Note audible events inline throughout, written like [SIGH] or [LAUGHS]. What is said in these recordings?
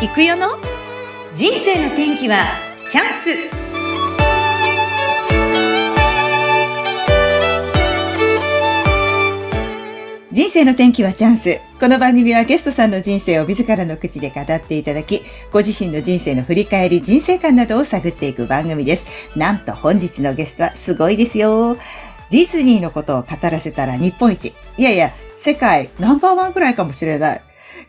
行くよの人生の天気はチャンス人生の天気はチャンスこの番組はゲストさんの人生を自らの口で語っていただきご自身の人生の振り返り人生観などを探っていく番組ですなんと本日のゲストはすごいですよディズニーのことを語らせたら日本一いやいや世界ナンバーワンくらいかもしれない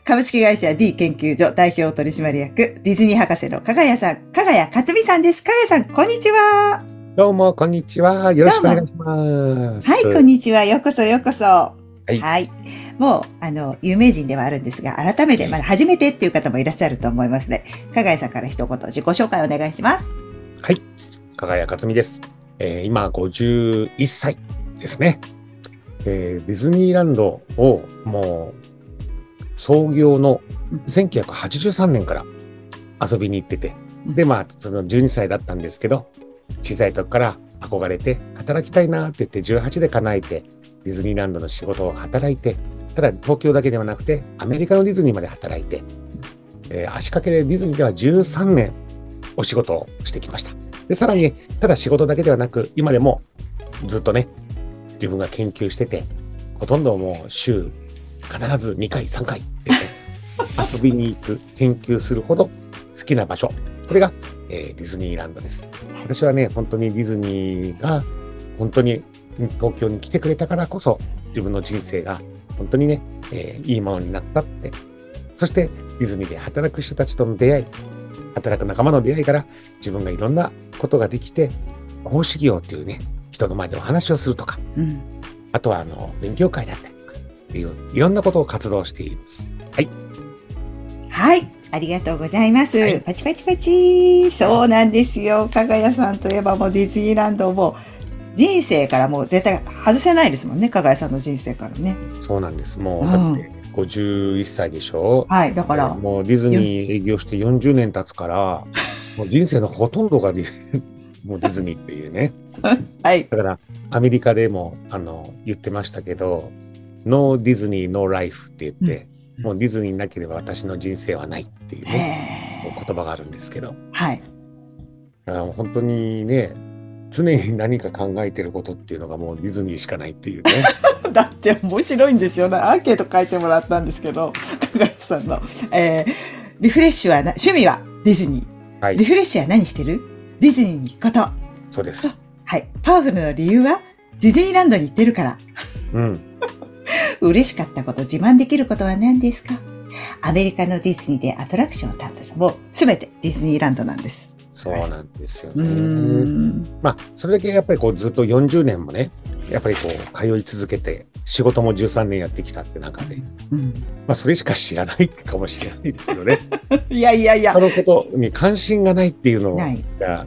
株式会社 D 研究所代表取締役ディズニー博士の加賀谷さん加賀谷克美さんです加賀谷さんこんにちはどうも、こんにちは。よろしくお願いします。はいこんにちはようこそようこそはいいもうあの有名人ではあるんですが改めてまだ初めてっていう方もいらっしゃると思いますね加賀谷さんから一言自己紹介お願いします加賀谷克美です。えー今、51歳ですね、えーディズニーランドをもう、創業の1983年から遊びに行ってて、で、まあ、その12歳だったんですけど、小さい時から憧れて、働きたいなって言って、18で叶えて、ディズニーランドの仕事を働いて、ただ東京だけではなくて、アメリカのディズニーまで働いて、えー足掛けでディズニーでは13年お仕事をしてきました。で、さらに、ただ仕事だけではなく、今でもずっとね、自分が研究してて、ほとんどもう週、必ず2回、3回ってね、遊びに行く、研究するほど好きな場所。これが、えーディズニーランドです。私はね、本当にディズニーが、本当に東京に来てくれたからこそ、自分の人生が本当にね、えーいいものになったって。そして、ディズニーで働く人たちとの出会い、働く仲間の出会いから、自分がいろんなことができて、奉仕業っていうね、人の前でお話をするとか、うん、あとはあの勉強会だったりとかっていう、いろんなことを活動しています。はいありがとうございます、はいパチパチパチそうなんですよ加賀谷さんといえばもうディズニーランドも人生からもう絶対外せないですもんね加賀谷さんの人生からねそうなんです。もうう、んだって51歳でしょ、はいだからもうディズニー営業して40年経つから、もう人生のほとんどがディもうディズニーって [LAUGHS] いうね。はいだから、アメリカでもあの言ってましたけど、ノーディズニー、ノーライフって言って、うんもうディズニーなければ私の人生はないっていうへね、え言葉があるんですけど。はい [LAUGHS] だからもう本当にね、常に何か考えてることっていうのがもうディズニーしかないっ [LAUGHS] ていうね。だって面白いんですよねアンケート書いてもらったんですけど加賀谷さんの、えーリフレッシュはな趣味はディズニーはいリ、フレッシュは何してるディズニーに行くことそうです。はいパワフルの理由はディズニーランドに行ってるからうん。嬉しかったこと、自慢できることは何ですかアメリカのディズニーでアトラクションを担当した。もうすべてディズニーランドなんです。そうなんですようーね。ん。まあ、それだけやっぱりこうずっと40年もね、やっぱりこう通い続けて、仕事も13年やってきたって中で、うん、まあそれしか知らないかもしれないですけどね。いやいやいやそ。のことに関心がないっていうのない。が、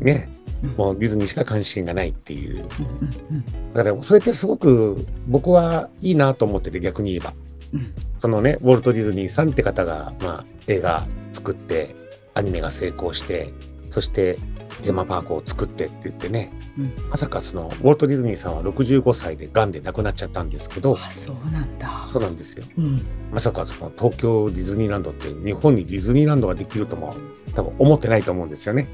ね、うんもうディズニーしか関心がないっていう。うんうんだからそれってすごく僕はいいなと思ってて逆に言えば、うんそのねウォルト・ディズニーさんって方が、まあ、映画作ってアニメが成功してそしてテーマパークを作ってって言ってね、うんまさかそのウォルト・ディズニーさんは65歳で癌で亡くなっちゃったんですけどあ、そうなんだ。そうなんですようん。まさかその東京ディズニーランドって日本にディズニーランドができるとも多分思ってないと思うんですよね。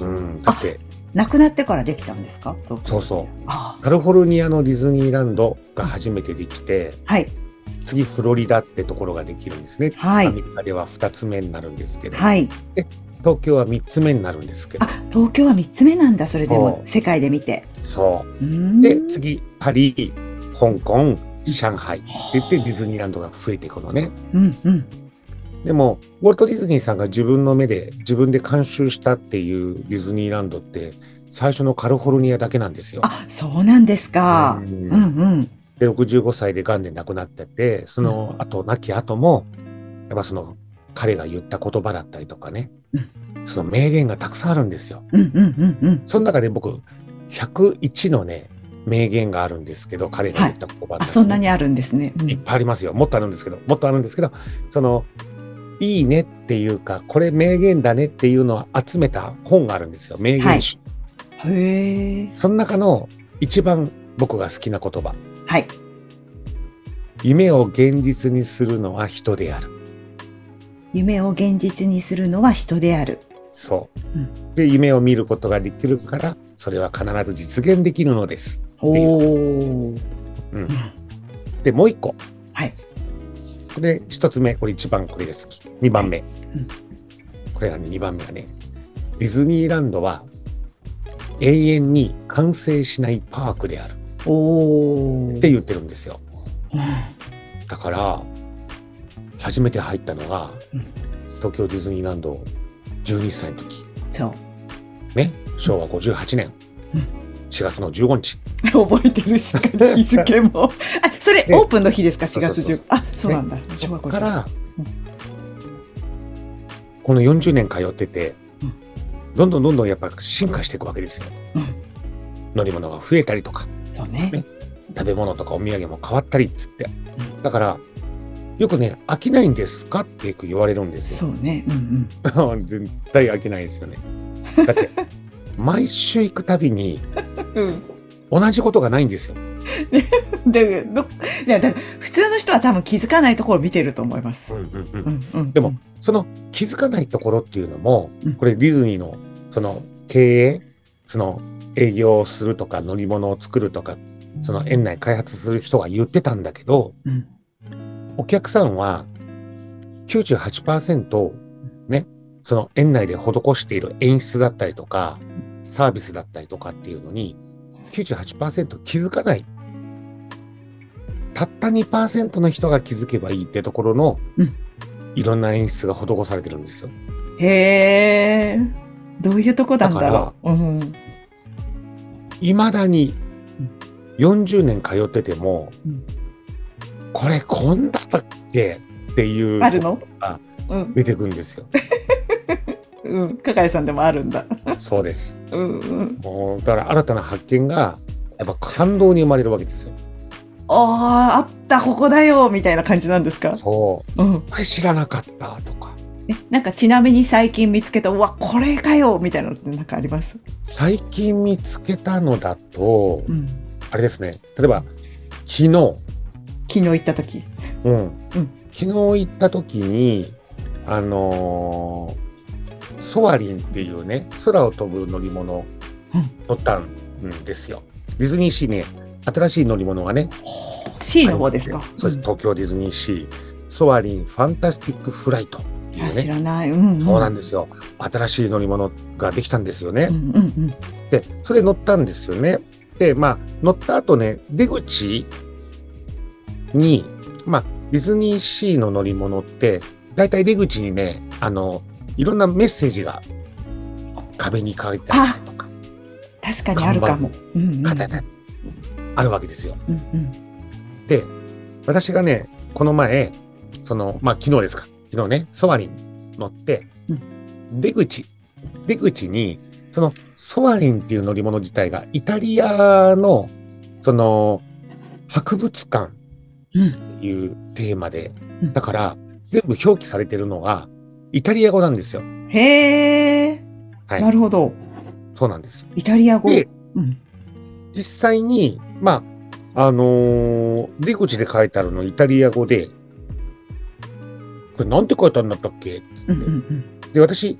うん、だって亡くなってからできたんですかそうそう。あカリフォルニアのディズニーランドが初めてできて、はい。次フロリダってところができるんですね。はアい。メリカでは2つ目になるんですけど、はい。東京は3つ目になるんですけどあ、東京は三つ目なんだ。それでもそう世界で見て。そううーでん。次パリ香港上海って言ってディズニーランドが増えていくのねうんうん。でもウォルト・ディズニーさんが自分の目で自分で監修したっていうディズニーランドって最初のカリフォルニアだけなんですよ。あ、そうなんですか。ううんんうん。で65歳で癌で亡くなっててその後亡き後もやっぱその彼が言った言葉だったりとかね、その名言がたくさんあるんですよ。うんうんうんうん。その中で僕101のね名言があるんですけど彼が言った言葉、あ、そんなにあるんですね。うんいっぱいありますよもっとあるんですけどもっとあるんですけどその「いいね」っていうかこれ名言だねっていうのを集めた本があるんですよ名言集、へえ。その中の一番僕が好きな言葉はい。夢を現実にするのは人である。夢を現実にするのは人である。そう、うんで夢を見ることができるからそれは必ず実現できるのですおいうお。うんでもう一個はい。これ一つ目これ一番これが好き二番目、うんこれがね二番目はねディズニーランドは永遠に完成しないパークであるおお。って言ってるんですようんだから初めて入ったのがうん東京ディズニーランド12歳の時そう。ね昭和58年うん4月の15日 [LAUGHS] 覚えてるしか日付も [LAUGHS] あそれねオープンの日ですか4月そうそう10あそうなんだ昭和ここ50からうんこの40年通っててうんどんどんどんどんやっぱ進化していくわけですようん乗り物が増えたりとかそうねね食べ物とかお土産も変わったりっつってだからよくね飽きないんですかってよく言われるんですよそうねうん [LAUGHS] 絶対飽きないですよね。だ [LAUGHS] って、毎週行くたびにうん [LAUGHS] 同じことがないんですよ。うんでどいやだから普通の人は多分気づかないところを見てると思います、うんうん、でもその気づかないところっていうのもうん、これディズニーのその経営、その営業をするとか乗り物を作るとか、その園内開発する人が言ってたんだけど、うんお客さんは98%ね、その園内で施している演出だったりとか、サービスだったりとかっていうのに、98%気づかない。たった2%の人が気づけばいいってところの、うんいろんな演出が施されてるんですよ。へえどういうとこなんだろううんいまだに40年通ってても、うんこれこんだったっけっていうあるのあうん出てくるんですよ。うん加賀谷さんでもあるんだそうです。うんうんもうだから新たな発見がやっぱ感動に生まれるわけですよ。あーあったここだよみたいな感じなんですかそううんこれ知らなかったとかえなんかちなみに最近見つけたうわこれかよみたいなのってなんかあります最近見つけたのだと、うんあれですね例えば昨日、昨日行った時うん昨日行った時にあのーソアリンっていうね空を飛ぶ乗り物うん乗ったんですよ。ディズニーシーね新しい乗り物がね C の方ですかそうです東京ディズニーシー、ソアリンファンタスティックフライトっていうあね知らないうんうんそうなんでですよ。新しい乗り物ができたんですよね。うんうんうんで、それ乗ったんですよね。で、まあ、乗った後ね、出口に、まあ、ディズニーシーの乗り物って、だいたい出口にね、あの、いろんなメッセージが壁に書いてあったりとか、確かにあるかもうんうん書いてあったりあるわけですよ。うんうんで、私がね、この前、その、まあ、昨日ですか。昨日ね、ソワリン乗って、う出口、出口に、その、ソワリンっていう乗り物自体が、イタリアの、その、博物館うんっていうテーマでうん、だから、全部表記されてるのが、イタリア語なんですよ。へえはいな。るほどそうなんです。イタリア語でうん実際に、まあ、あのー出口で書いてあるのイタリア語で、これなんて書いてあるんだったっけうんうんうんで、私、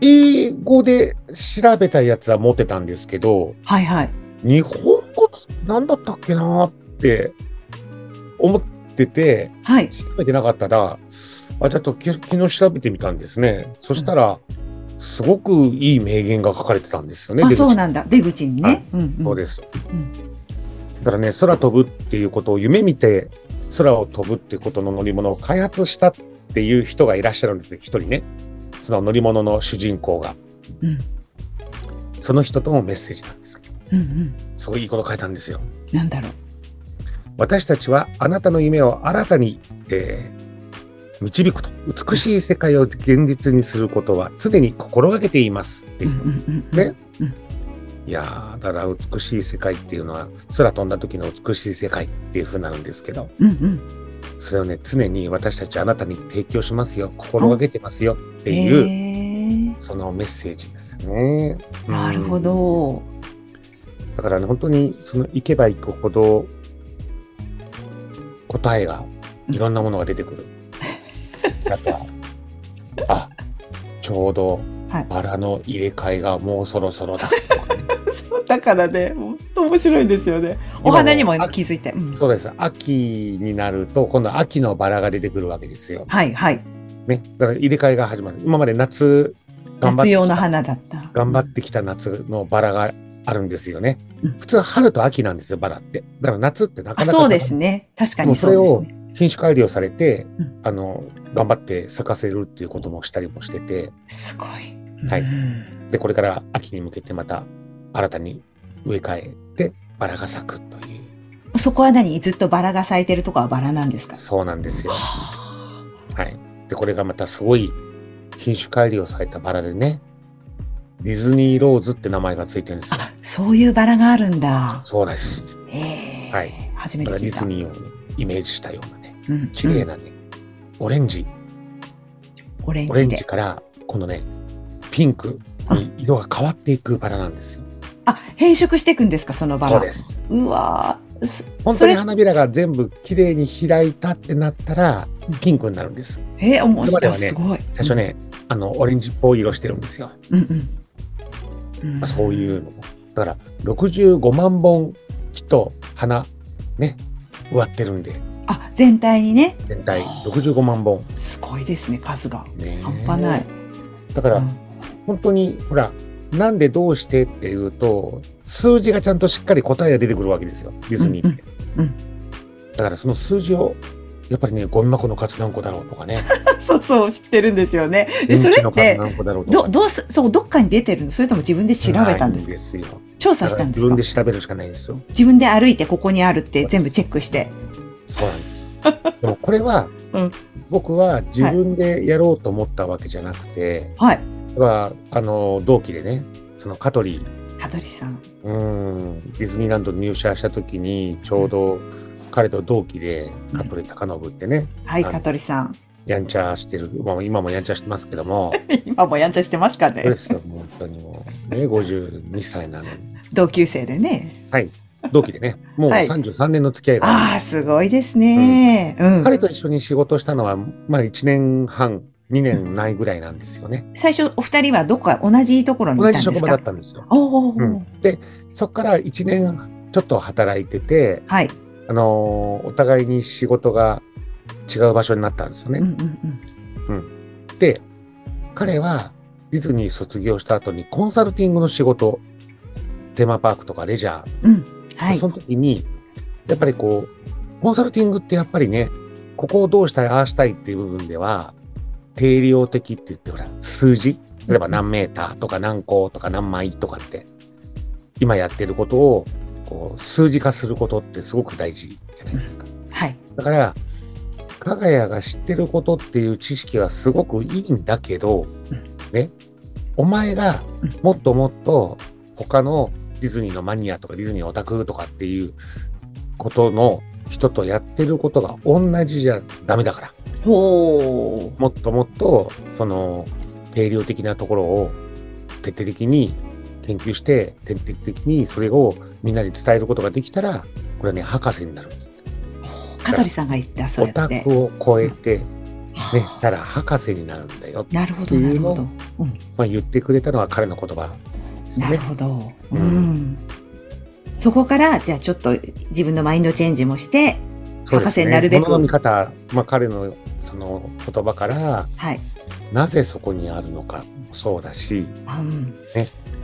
英語で調べたやつは持ってたんですけど、はいはい日本語なんだったっけなーって思ってて、はい調べてなかったら、あ、ちょっとき昨日調べてみたんですね。そしたら、すごくいい名言が書かれてたんですよね。あ出口そうなんだ出口にはいねうんうんそうです。うんだからね、空飛ぶっていうことを夢見て、空を飛ぶってことの乗り物を開発したっていう人がいらっしゃるんですよ、一人ね。その乗り物の主人公が。うんその人ともメッセージなんですけど。うんうんすごいいいこと書いたんですよ。なんだろう私たちはあなたの夢を新たに、えー導くと。美しい世界を現実にすることは常に心がけていますってういんう。うんうんねいやー、だから美しい世界っていうのは空飛んだ時の美しい世界っていう風になるんですけど。うんうんそれをね、常に私たちあなたに提供しますよ、心がけてますよっていう、いうそのメッセージですね。なるほうん。どだからね、本当に、その、行けば行くほど、 [LAUGHS] 答えが、いろんなものが出てくる。あとは、あ、ちょうどはいバラの入れ替えがもうそろそろだ。そうだからね、本当面白いんですよね。お花にもね気づいて。うんそうです。秋になると、今度秋のバラが出てくるわけですよ。はいはい。ね。だから入れ替えが始まる。今まで夏、頑張っ夏て用のきた、花だった。頑張ってきた夏のバラがあるんですよねうん。普通は春と秋なんですよ、バラって。だから夏ってなかあ、なかそうですね。確かにそうですね。品種改良されて、うんあの、頑張って咲かせるっていうこともしたりもしてて、すごい。はいうんで、これから秋に向けてまた新たに植え替えてバラが咲くという、そこは何ずっとバラが咲いてるとこはバラなんですかそうなんですよ。ははい。で、これがまたすごい品種改良されたバラでね、ディズニーローズって名前がついてるんですよ。あそういうバラがあるんだ。そうです。ええはい初めだてから聞デいィたズ。ニーを、ね、イメージしたようなね、うん綺麗なね、オレンジ、うんオレンオレジンでジ。から、このね、ピンクに色が変わっていくバラなんですよ。あ、変色していくんですかそのバラ。そうです。うわーす本そ当にれ、花びらが全部綺麗に開いたってなったら、ピンクになるんです。えー、面こ白れい。まではねすごい。最初ね、あの、オレンジっぽい色してるんですよ。うんうん。うまあんそういうのも。だから、65万本、木と花、ね、植わってるんで、あ全体にね全体65万本。すごいですね数がねえ半端ない、だかうら、ん [LAUGHS] 本当に、ほら、なんでどうしてっていうと、数字がちゃんとしっかり答えが出てくるわけですよ、ディズニーって。うんうんうだから、その数字を、やっぱりね、ゴミ箱の数何個だろう [LAUGHS] とかね、そうそう知ってるんですよねで電それ池のっ数て何個だろうとかねどどうすそうどっかに出てるのそれとも自分で調べたんですなかいですよ。調査したんで自すか分で調べるしかないんですよ。自分で歩いてここにあるって全部チェックしてそうな [LAUGHS] んです。でもこれは、うん僕は自分でやろうと思ったわけじゃなくて、はいはあの同期でね、その香取、香取さんうん、ディズニーランドに入社した時に、ちょうど彼と同期で、香取隆信ってね、はいはい香取さんやんちゃしてる、まあ、今もやんちゃしてますけ [LAUGHS] ども、今もやんちゃしてますかそうねですよ、もう本当にもう、ね、52歳なのに、同級生でね同期でね、もうはい33年の付き合いがあるああすごいですねうん、彼と一緒に仕事したのは、まあ、1年半、2年ないぐらいなんですよね。最初お二人はどこか同じところにいた同んじですか職場だったんですよ。おお、うん、で、そこから1年ちょっと働いてて、はい、あのーお互いに仕事が違う場所になったんですようんうね。んうん、で、彼はディズニー卒業した後にコンサルティングの仕事、テーマパークとかレジャー、うん、はいそ。の時に、やっぱりこう、コンサルティングってやっぱりね、ここをどうしたい、ああしたいっていう部分では、定量的って言って、ほら、数字、例えば何メーターとか何個とか何枚とかって、今やってることをこう数字化することってすごく大事じゃないですか。はい。だから、加賀谷が知ってることっていう知識はすごくいいんだけど、ね、お前がもっともっと他のディズニーのマニアとかディズニーオタクとかっていうことの人とやってることが同じじゃダメだから、ほもっともっとその定量的なところを徹底的に研究して、徹底的にそれをみんなに伝えることができたら、これはね、博士になるんです。う。香取さんが言った、そうオやっタてク。を超えて、ねは、あたら博士になるんだよ、なるほど、なるほど。うん、まあ、言ってくれたのは彼の言葉ですなるね。ほど。ううんん。そこから、じゃあちょっと自分のマインドチェンジもして、そうで博す士ねになるべく物の見方、まあ、彼のその言葉からはい。なぜそこにあるのかもそうだしあうん、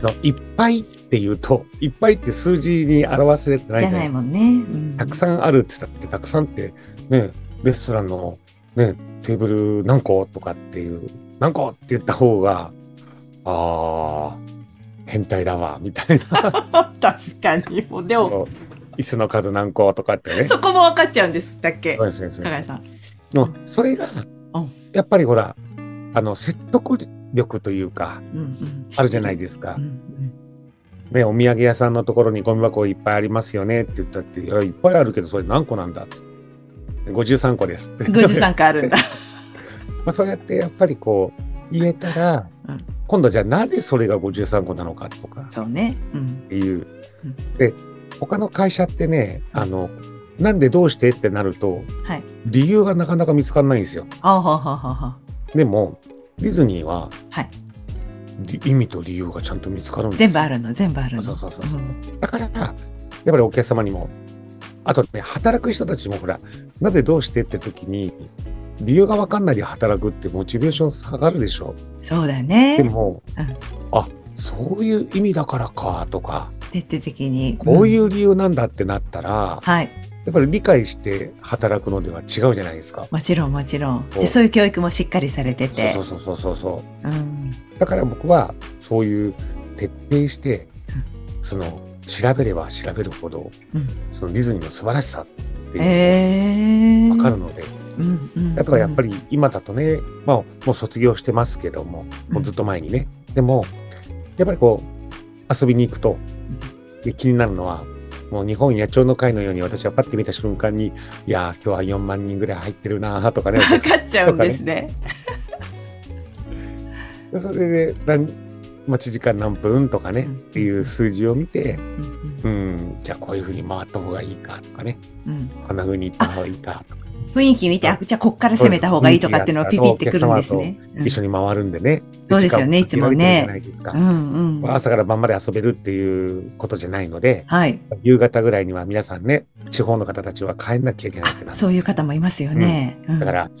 のいっぱいっていうといっぱいって数字に表せてないじじゃゃなないいもんね。うん、たくさんあるって言ったってたくさんってねレストランの、ね、テーブル何個とかっていう何個って言った方があー変態だわみた [LAUGHS] いな [LAUGHS] 確かに。もうでも、椅子の数何個とかってね。そこも分かっちゃうんです。だっけそう。ですねそう加です賀ね谷さん。でもそれがうん、やっぱりほら、あの、説得力というか、うん、うん。あるじゃないでですかうん、う。ん。ね、お土産屋さんのところにゴミ箱いっぱいありますよねって言ったって、いやいっぱいあるけど、それ何個なんだっつって。53個ですって。ご自参加あるんだ。 [LAUGHS] まあそうやってやっぱりこう、言えたら、うん今度じゃあなぜそれが53個なのかとかっそうね。うん。ていううん。で、他の会社ってね、あの、なんでどうしてってなると、はい理由がなかなか見つかんないんですよ。あはははは。でも、ディズニーは、はいり意味と理由がちゃんと見つかるんです全部あるの、全部あるの。そうそうそうそうんだから、やっぱりお客様にも、あとね、働く人たちもほら、なぜどうしてって時に、理由が分かんないで働くってモチベーション下がるでしょ。そうだねで。も、うんあそういう意味だからかとか、徹底的に。。こういうう理由なんだってなったら、はい。やっぱり理解して働くのでは違うじゃないですか。もちろん、もちろん。そうで、そういう教育もしっかりされてて。そうそうそうそうそう。うん。だから僕はそういう徹底して、その調べれば調べるほど、うんそのディズニーの素晴らしさっていうええのが分かるので、うんうん。あとはやっぱり。り今だとね、まあ、もう卒業してますけどももうずっと前にね、でもやっぱりこう遊びに行くとで気になるのはもう日本野鳥の会のように私はパッて見た瞬間にいやー今日は4万人ぐらい入ってるなーと [LAUGHS] かね分かっちゃうんですね。でそれでラン待ち時間何分とかね、うんっていう数字を見て、うんうんうん、じゃあこういうふうに回った方がいいかとかね、うんこんなふうに行った方がいいかとか、雰囲気見て、あ、じゃあこっから攻めた方がいいとかっていうのをピピってくるんですね。うん一緒に回るんでね。そうですよね時間を限らいつもねれてるじゃないですか。うんうん。まあは朝から晩まで遊べるっていうことじゃないので、い。夕方ぐらいには皆さんね、地方の方たちは帰んなきゃいけないってなあるそういう方もいますよね。うんだか、ら、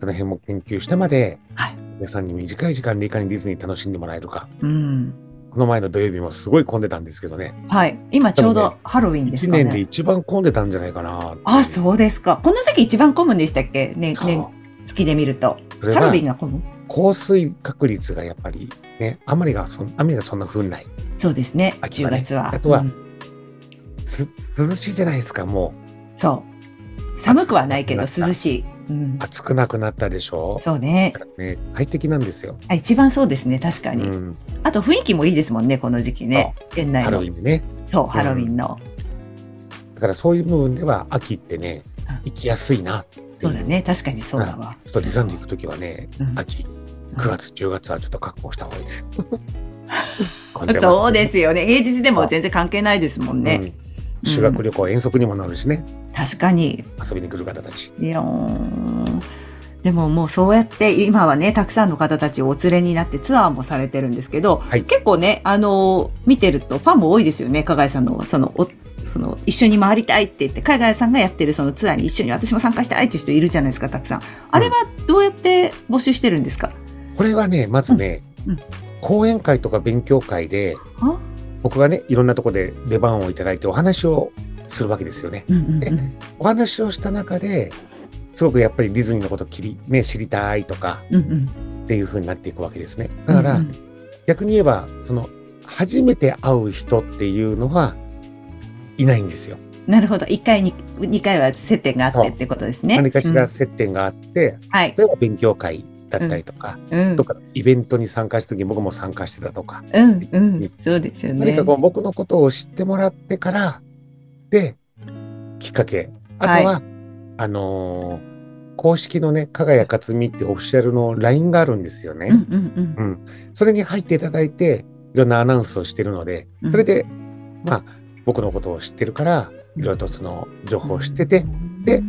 その辺も研究してまで、はい皆さんに短い時間でいかにディズニー楽しんでもらえるか。うん。この前の土曜日もすごい混んでたんですけどね。はい。今ちょうどハロウィンです1か年でね。一番混んでたんじゃないかな。あ、う。そうですか。この時期一番混むんでしたっけね、ね、月で見ると。それハロウはィンが混む降水確率がやっぱりね、あまりがそん雨がそんな降んない。そうですね。秋10はね月は。あとはうんす涼しいじゃないですか、もそう。寒くはないけど暑くなった涼しい。うんう。。暑くなくなったでしょそうねだ。からね、快適なんですよ。あ、一番そうですね。確かうに。ん、あと雰囲気もいいですもんね、この時期ね。園内ハロウの。ィンでね。そう、ハロウィンの。だからそういう部分では秋ってねうん、行きやすいなっていう。そうだね。確かにそうだわちょ。っとディズニー行くときはね、うん秋、9月、10月はちょっと覚悟した方 [LAUGHS] がいいです。混んますそうですよね。平日でも全然関係ないですもんね。うん修学旅行遠足にもなるしね、確かに。遊びに来る方たち。いやーでももうそうやって今はね、たくさんの方たちをお連れになってツアーもされてるんですけど、はい結構ね、あのー見てるとファンも多いですよね、加賀谷さんの、その、おその一緒に回りたいって言って、加賀谷さんがやってるそのツアーに一緒に私も参加したいっていう人いるじゃないですか、たくさん。あれはどうやって募集してるんですか、これはね、まずね、うんうん講演会とか勉強会で、あ僕がね、いろんなとこで出番をいただいてお話をするわけですよね。うんうんえうんお話をした中で、すごくやっぱりディズニーのこときり、ね、知りたいとかうんうん。っていう風になっていくわけですね。だから、うん逆に言えば、その、初めて会う人っていうのは、いないんですよ。なるほど。1回に、2回は接点があっそうてってことですね。何かしうらん接点があって、はい。例えば勉強会だったりとか、うんと。か、イベントに参加した時僕も参加してたとか、うん、うん。そうですよね。何かこう僕のことを知ってもらってからできっかけあとは、あのー公式のね加賀谷克美ってオフィシャルの LINE があるんですよね、うんうんうんそれに入っていただいていろんなアナウンスをしてるのでうんそれで、まあ僕のことを知ってるからいろいろとその情報を知っててで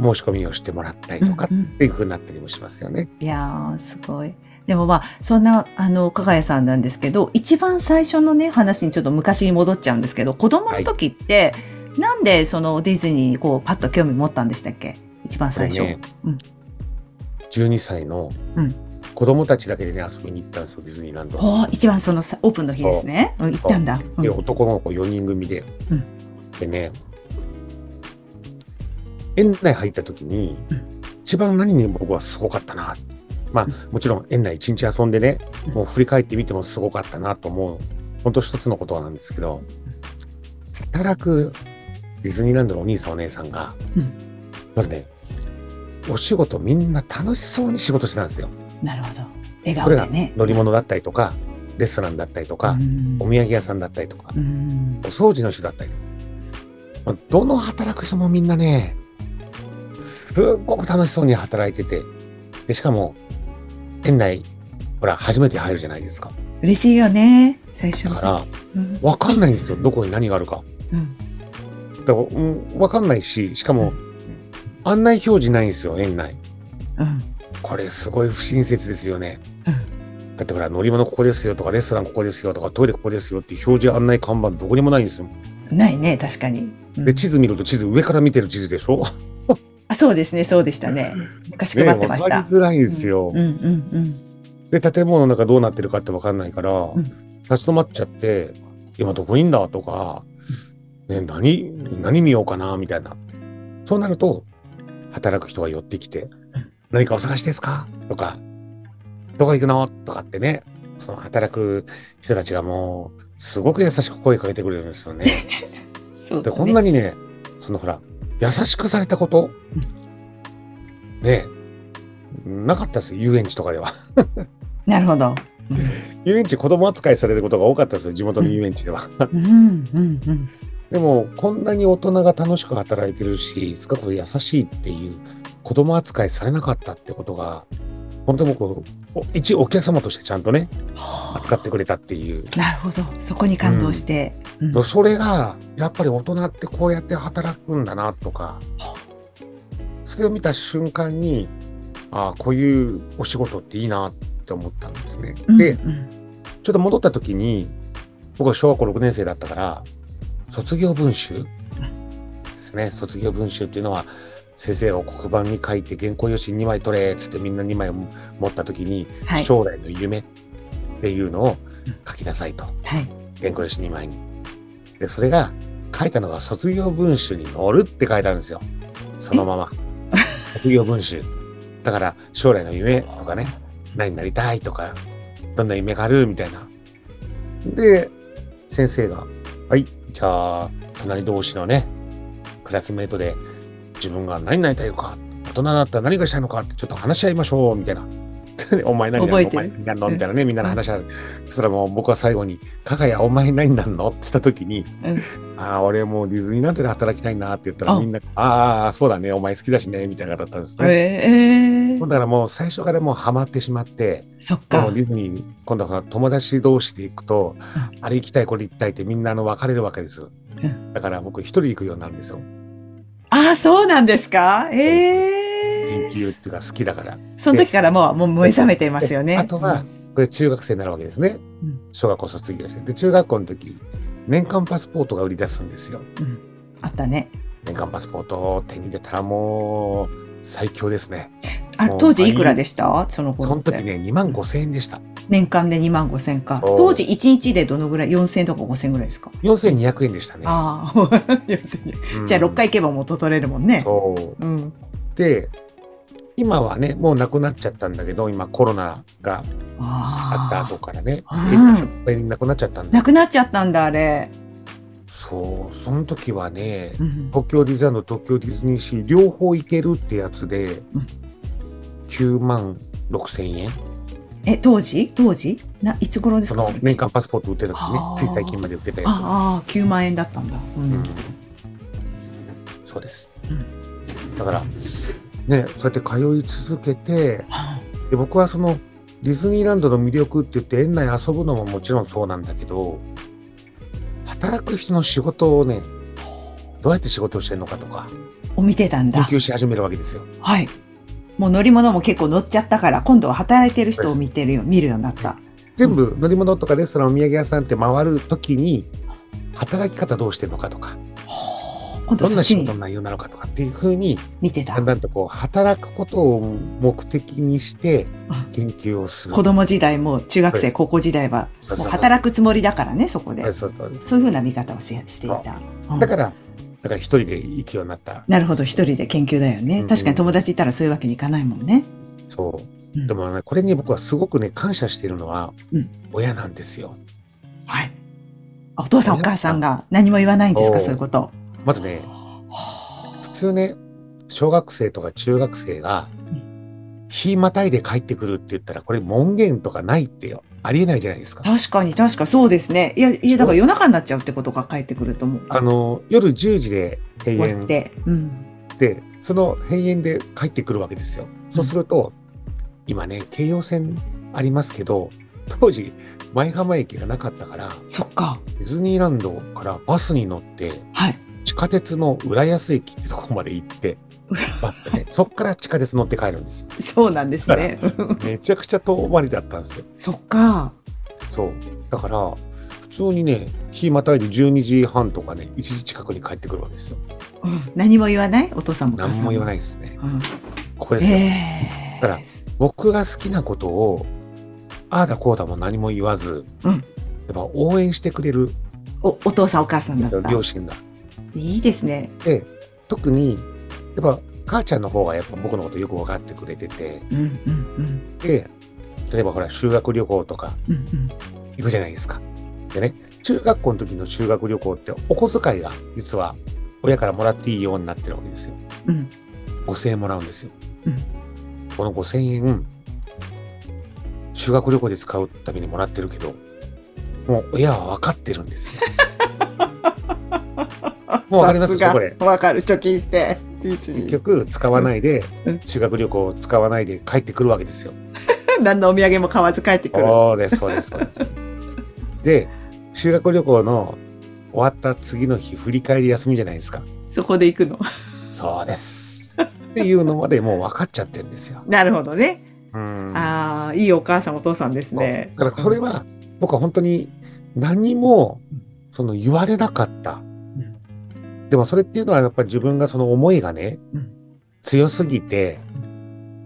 申し込みをしてもらったりとかうんうんっていうふうになったりもしますよね。いやーすごい。でもまあそんなあの加賀谷さんなんですけど一番最初のね話にちょっと昔に戻っちゃうんですけど子供の時って、なんでそのディズニーにこうパッと興味持ったんでしたっけ一番最初。これねうん12歳のうん子供たちだけでね遊びに行ったんですよディズニーランド。おー一番そのさオープンの日ですね。うん、行ったんだ。うんで男の子4人組で、うんでね園内入った時に、うん一番何に僕はすごかったなまあもちろん園内一日遊んでねうんもう振り返ってみてもすごかったなと思う本当一つのことなんですけど働くディズニーランドのお兄さんお姉さんが、うんまずねお仕事みんな楽しそうに仕事してたんですよ。なるほど。笑こ顔れがでね。乗り物だったりとかレストランだったりとか、うんお土産屋さんだったりとかうんお掃除の人だったりとか、まあどの働く人もみんなね、すっごく楽しそうに働いてて、でしかも、店内、ほら、初めて入るじゃないですか。嬉しいよね最初だのか時うら、んわかんないんですよ、どこに何があるか。うんだから、うん、わかんないし、しかも、案内表示ないんですよ、園内。うんこれ、すごい不親切ですよね。うだってほら、乗り物ここですよとか、レストランここですよとか、トイレここですよっていう表示案内看板どこにもないんですよ。ないね、確かに。うんで、地図見ると地図、上から見てる地図で [LAUGHS] しょあ、そうですね、そうでしたね。昔 [LAUGHS] ね配ってわかまりした。づらいんですようん。うんで、建物の中どうなってるかってわかんないから、ん立ち止まっちゃって、今どこにいんだとか、ね、何、何見ようかなみたいな。そうなると、働く人が寄ってきて、何かお探しですかとか、どこ行くのとかってね、その働く人たちがもう、すごく優しく声かけてくれるんですよね。うん。そうで、だこんね。なにね、そのほら、優しくされたこと、ねえ、なかったですよ、遊園地とかでは。なるほど。遊園地、子供扱いされることが多かったですよ、地元の遊園地では。 [LAUGHS] うんうんうんでも、こんなに大人が楽しく働いてるし、すごく優しいっていう、子供扱いされなかったってことが、本当に僕、お一お客様としてちゃんとね、うん。は扱ってくれたっていう。あなるほど。そこに感動して。うんそれが、やっぱり大人ってこうやって働くんだなとか、それを見た瞬間に、ああ、こういうお仕事っていいなって思ったんですね。で、うんちょっと戻った時に、僕は小学校6年生だったから、卒業文集ですね。卒業文集っていうのは、先生を黒板に書いて原稿用紙2枚取れっつってみんな2枚を持った時に、うんはい。将来の夢っていうのを書きなさいと。はい。原稿用紙2枚に。で、それが書いたのが卒業文集に載るって書いてあるんですよ。そのまま。卒業文集。だから、将来の夢とかね、何になりたいとか、どんな夢があるみたいな。で、先生が、はい、じゃあ、隣同士のね、クラスメートで、自分が何になりたいのか、大人になったら何がしたいのかってちょっと話し合いましょう、みたいな。 [LAUGHS] お前何にな覚えるのておる前何になるのみたいなね、みんなの話し合う。そしたらもう僕は最後に、かがや、お前何になるのって言った時に、うんああ、俺もうディズニーランドで働きたいなって言ったら、あみんな、ああ、そうだね、お前好きだしね、みたいな方だったんですえーね。えだー。からもう最初からもうハマってしまって、そっもかう。ディズニーに、今度は友達同士で行くと、あれ行きたい、これ行きたいってみんなあの別れるわけです。んだから僕一人行くようになるんですよ。ああ、そうなんですか。ええ研究っていうか好きだから。その時からもう、もう目覚めてますよね。あとは、これ中学生になるわけですねうん。小学校卒業して。で、中学校の時、年間パスポートが売り出すんですよ。あったね。年間パスポートを手に入れたらもう最強ですね。あもう当時いくらでしたそのそ頃のって時ね、2万5千円でした。年間で2万5千か。そう当時1日でどのぐらい ?4000 とか5000ぐらいですか4200円でしたね。ああ、4000 [LAUGHS] うんじゃあ6回行けば元取れるもんね。そううん。で、今はね、もうなくなっちゃったんだけど、今コロナがあったあ後からね、うんいっぱいなくなっちゃったんあ。だなくなっちゃったんだ、あれ。そう、その時はね、うん。東京ディズニーランド、東京ディズニーシー、両方行けるってやつでうん、 9万6千円。え、当時当時ないつ頃ですそかのそれ年間パスポート売ってた時ねあー、つい最近まで売ってたやつ。ああ、9万円だったんだ。うん。そうですう。だから、ね、そうやって通い続けて、はで僕はそのディズニーランドの魅力って言って、園内遊ぶのももちろんそうなんだけど、働く人の仕事をね、どうやって仕事をしてるのかとか、あを見てたん研だ。究し始めるわけですよ。はい。もう乗り物も結構乗っちゃったから、今度は働いてる人を見てるよ、見るようになった。全部乗り物とかレストラン、お土産屋さんって回るときに、働き方どうしてるのかとか、今度どんそなっち仕事にの内容なのかとかっていうふうに、見てただん。だんとこう働くことを目的にしてうん研究をする。子供時代も中学は生、い高校時代はそうそもううそう働くつもりだからね、そこそうで。そうそうそういうふうな見方をししていた。うんだから、だから一人で行くようになった。なるほど、一人で研究だようんね。うん確かに友達いたらそういうわけにいかないもんね。そう。うんでもね、これに僕はすごくね、感謝してるのはうん、親なんですよ。はい。あお父さん、お母さんが何も言わないんですか、そうそういうこと。まずね、普通ね、小学生とか中学生が、日またいで帰ってくるって言ったら、これ門限とかないってよ。ありえないじゃないですか。確かに、確かそうですね。いや、いや、だから夜中になっちゃうってことが返ってくると思う。あの、夜10時で閉終わ園って。うん。で、その閉園で帰ってくるわけですよ。そうすると、今ね、京葉線ありますけど、当時、舞浜駅がなかったから、そっか。ディズニーランドからバスに乗って、はい。 [LAUGHS] 地下鉄の浦安駅ってとこまで行って、バッてね、そっから地下鉄乗って帰るんですよ。そうなんですね。めちゃくちゃ遠回りだったんですよ。そっか。そう。だから、普通にね、日またいで12時半とかね、1時近くに帰ってくるわけですよ。うん、何も言わないお父さんもお母何さん。も言わないいですね。うん、ここですよ。ええだから僕が好きなことを、ああだこうだも何も言わず、うんやっぱ応援してくれるおお父さんお母さんんでだっすよ、た。両親が。いいですね。で、特に、やっぱ母ちゃんの方がやっぱ僕のことよく分かってくれてて、うんうんうんで、例えばほら、修学旅行とかうんうん。行くじゃないですか。でね、中学校の時の修学旅行って、お小遣いが実は親からもらっていいようになってるわけですよ。うん5000円もらうんですよ。うんこの5000円、修学旅行で使うためにもらってるけど、もう親は分かってるんで [LAUGHS] すよ。もうわかりますさすがこれわかる貯金して。ディズニ結ー局、使わないでうん、修学旅行を使わないで帰ってくるわけですよ。何のお土産も買わず帰ってくる。そうです、そうです、そうですそうです。で、修学旅行の終わった次の日、振り返り休みじゃないですか。そこで行くの。そうです。っていうのまでもう分かっちゃってるんですよ。なるほどね。うんああいいお母さんお父さんですね。だからそれは僕は本当に何もその言われなかった。でもそれっていうのはやっぱり自分がその思いがねうん、強すぎて、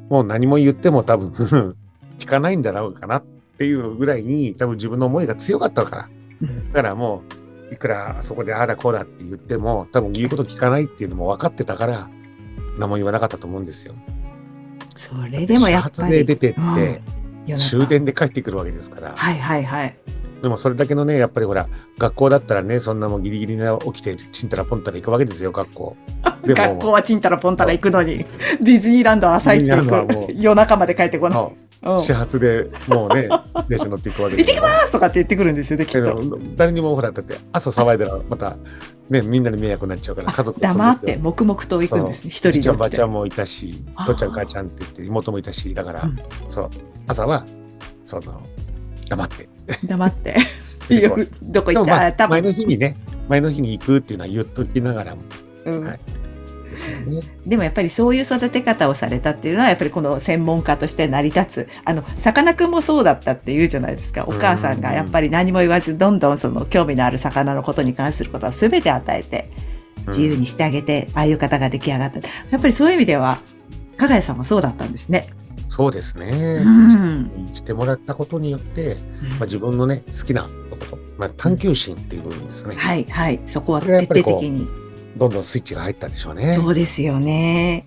もう何も言っても多分 [LAUGHS] 聞かないんだろうかなっていうぐらいに多分自分の思いが強かったから。うんだからもういくらそこでああだこうだって言っても多分言うこと聞かないっていうのも分かってたから何も言わなかったと思うんですよ。それでもやっぱ始発でり。出てって、うん夜中終電で帰ってくるわけですから。はいはいはい。でもそれだけのね、やっぱりほら、学校だったらね、そんなもうギリギリな起きて、ちんたらぽんたら行くわけですよ、学校。でも学校はちんたらぽんたら行くのに、ディズニーランドは朝一でディズニーランド行はもく。う夜中まで帰ってこない。うそんう始発でも [LAUGHS] うね、電車乗っていくわけですよ、行とかって言ってくるんですよね、きっでと。も誰にもほら、だって、朝騒いだら、また、ね、みんなに迷惑になっちゃうから、家族黙って、黙々と行くんですね、一人じでいちゃん、ば行っあちゃて。んもいたしあー、父ちゃん、母ちゃんって言って、妹もいたし、だから、うんそう、朝は、その、黙って。黙って。出てこ [LAUGHS] い夜どこで行も、った、まああ、多前分、の日にね、前の日に行くっていうのは言っときながらもうんはいですよね。でもやっぱりそういう育て方をされたっていうのはやっぱりこの専門家として成り立つあのさかなクンもそうだったって言うじゃないですかお母さんがやっぱり何も言わずどんどんその興味のある魚のことに関することは全て与えて自由にしてあげて、ああいう方が出来上がったやっぱりそういう意味では加賀谷さんもそうだったんですね。そうですね。うんしてもらったことによって、まあ、自分のね、好きなこと、まあ、探求心っていう部分ですね。はいはいそこは徹底的にどんどんスイッチが入ったでしょうね。そうですよね。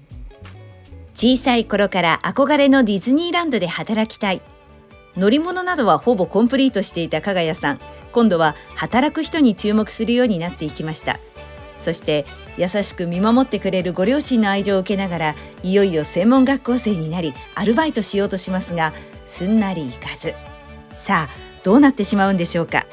小さい頃から憧れのディズニーランドで働きたい乗り物などはほぼコンプリートしていた加賀谷さん今度は働く人に注目するようになっていきましたそして優しく見守ってくれるご両親の愛情を受けながらいよいよ専門学校生になりアルバイトしようとしますがすんなりいかずさあどうなってしまうんでしょうか